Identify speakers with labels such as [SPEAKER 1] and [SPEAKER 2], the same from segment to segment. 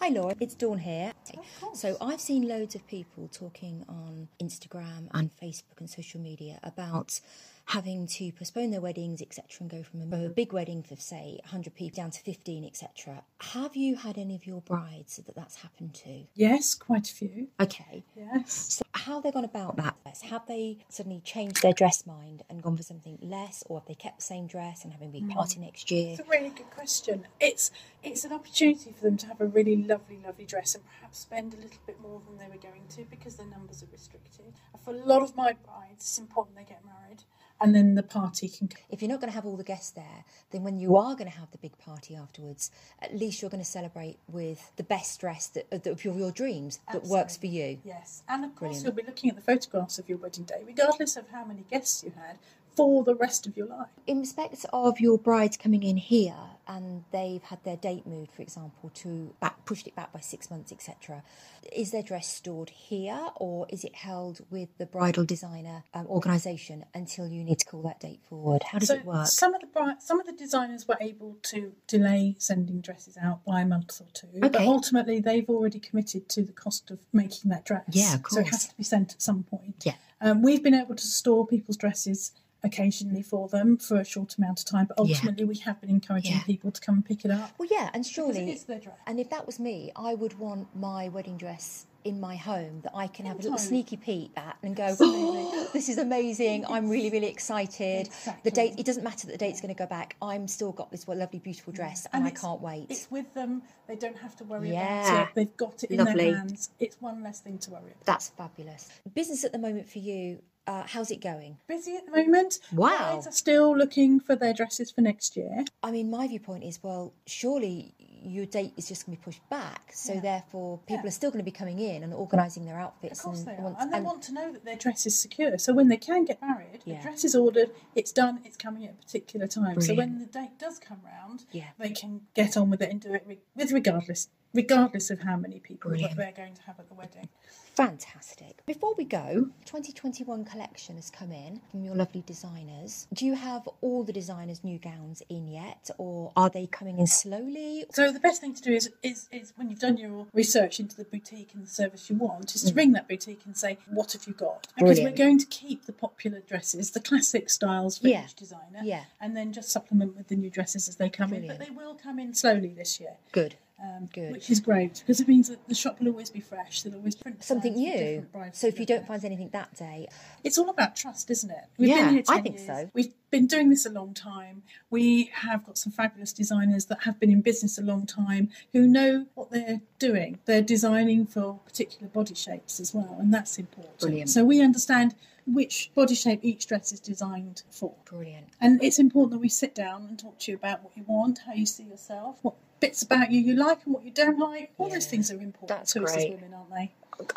[SPEAKER 1] Hi Laura, it's Dawn here.
[SPEAKER 2] Of course.
[SPEAKER 1] So I've seen loads of people talking on Instagram and Facebook and social media about having to postpone their weddings, etc., and go from a, from a big wedding for say 100 people down to 15, etc. Have you had any of your brides that that's happened to?
[SPEAKER 2] Yes, quite a few.
[SPEAKER 1] Okay.
[SPEAKER 2] Yes.
[SPEAKER 1] So how have they gone about that? Have they suddenly changed their dress mind and gone for something less, or have they kept the same dress and having a
[SPEAKER 2] Hmm.
[SPEAKER 1] big party next year?
[SPEAKER 2] It's a really good question. It's it's an opportunity for them to have a really lovely, lovely dress and perhaps spend a little bit more than they were going to because the numbers are restricted. For a lot of my brides, it's important they get married and then the party can come.
[SPEAKER 1] if you're not going to have all the guests there, then when you are going to have the big party afterwards, at least you're going to celebrate with the best dress that, uh, that of your, your dreams that works for you.
[SPEAKER 2] Yes, and of course you'll be looking at the photographs of your wedding day, regardless of how many guests you had, for the rest of your life.
[SPEAKER 1] In respect of your brides coming in here and they've had their date moved, for example, to back, pushed it back by six months, etc., is their dress stored here or is it held with the bridal designer um, organisation until you need to call that date forward? How does
[SPEAKER 2] so
[SPEAKER 1] it work?
[SPEAKER 2] some of the bri- some of the designers were able to delay sending dresses out by a month or two, but
[SPEAKER 1] Okay.
[SPEAKER 2] ultimately they've already committed to the cost of making that dress.
[SPEAKER 1] Yeah, of
[SPEAKER 2] So it
[SPEAKER 1] course.
[SPEAKER 2] has to be sent at some point.
[SPEAKER 1] Yeah.
[SPEAKER 2] Um, we've been able to store people's dresses occasionally for them for a short amount of time, but
[SPEAKER 1] Yeah.
[SPEAKER 2] ultimately we have been encouraging
[SPEAKER 1] Yeah.
[SPEAKER 2] people to come and pick it up.
[SPEAKER 1] Well, yeah, and surely
[SPEAKER 2] is their dress.
[SPEAKER 1] And if that was me, I would want my wedding dress in my home that I can have a little
[SPEAKER 2] Entirely.
[SPEAKER 1] sneaky peek at and go, "Oh, this is amazing. I'm really, really excited.
[SPEAKER 2] Exactly.
[SPEAKER 1] The date. It doesn't matter that the date's going to go back. I'm still got this lovely, beautiful dress, and, I
[SPEAKER 2] it's-
[SPEAKER 1] can't wait.
[SPEAKER 2] It's with them. They don't have to worry
[SPEAKER 1] Yeah.
[SPEAKER 2] about it. They've got it in
[SPEAKER 1] Lovely.
[SPEAKER 2] their hands. It's one less thing to worry about.
[SPEAKER 1] That's fabulous. Business at the moment for you. Uh, how's it going?
[SPEAKER 2] Busy at the moment.
[SPEAKER 1] Wow.
[SPEAKER 2] Brides are still looking for their dresses for next year.
[SPEAKER 1] I mean, my viewpoint is well, surely your date is just going to be pushed back, so therefore people are still going to be coming in and organising their outfits.
[SPEAKER 2] Of course
[SPEAKER 1] and
[SPEAKER 2] they are.
[SPEAKER 1] wants-
[SPEAKER 2] And they want to know that their dress is secure. So when they can get married,
[SPEAKER 1] Yeah.
[SPEAKER 2] the dress is ordered, it's done, it's coming at a particular time. So when the date does come round,
[SPEAKER 1] Yeah.
[SPEAKER 2] they can get on with it and do it re- with regardless regardless of how many people that they're going to have at the wedding.
[SPEAKER 1] Fantastic. Before we go, 2021 collection has come in from your lovely designers. Do you have all the designers' new gowns in yet, or are they coming in slowly?
[SPEAKER 2] So the best thing to do is, is is when you've done your research into the boutique and the service you want, is to ring that boutique and say, "What have you got?" Because
[SPEAKER 1] Mm. Brilliant.
[SPEAKER 2] we're going to keep the popular dresses, the classic styles for
[SPEAKER 1] Yeah.
[SPEAKER 2] each designer,
[SPEAKER 1] Yeah.
[SPEAKER 2] and then just supplement with the new dresses as they come in. But they will come in slowly this year.
[SPEAKER 1] Good.
[SPEAKER 2] Um,
[SPEAKER 1] Good.
[SPEAKER 2] Which is great because it means that the shop will always be fresh. There'll always be different
[SPEAKER 1] Something
[SPEAKER 2] designs for
[SPEAKER 1] new.
[SPEAKER 2] different brides
[SPEAKER 1] So if
[SPEAKER 2] to
[SPEAKER 1] you
[SPEAKER 2] look
[SPEAKER 1] don't
[SPEAKER 2] at.
[SPEAKER 1] find anything that day,
[SPEAKER 2] it's all about trust, isn't it?
[SPEAKER 1] Yeah,
[SPEAKER 2] been here
[SPEAKER 1] I
[SPEAKER 2] 10
[SPEAKER 1] think
[SPEAKER 2] years.
[SPEAKER 1] so.
[SPEAKER 2] We've been doing this a long time. We have got some fabulous designers that have been in business a long time who know what they're doing. They're designing for particular body shapes as well, and that's important.
[SPEAKER 1] Brilliant.
[SPEAKER 2] So we understand which body shape each dress is designed for.
[SPEAKER 1] brilliant.
[SPEAKER 2] And it's important that we sit down and talk to you about what you want, how you see yourself, what bits about you you like and what you don't like. All those things are important
[SPEAKER 1] that's
[SPEAKER 2] to us as
[SPEAKER 1] great.
[SPEAKER 2] women, aren't they?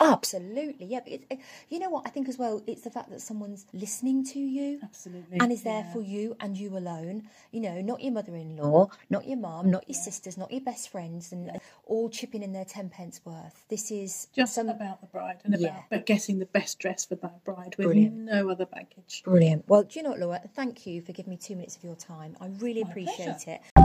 [SPEAKER 1] Absolutely, yeah. But it's, you know what? I think as well, it's the fact that someone's listening to you.
[SPEAKER 2] Absolutely.
[SPEAKER 1] and is there for you and you alone. You know, not your mother-in-law, not your mum, not your sisters, not your best friends, and all chipping in their ten pence worth. This is
[SPEAKER 2] just
[SPEAKER 1] some
[SPEAKER 2] about the bride and about
[SPEAKER 1] Yeah.
[SPEAKER 2] but getting the best dress for that bride with
[SPEAKER 1] Brilliant.
[SPEAKER 2] no other baggage.
[SPEAKER 1] brilliant. Well, do you know what, Laura? Thank you for giving me two minutes of your time. I really appreciate it.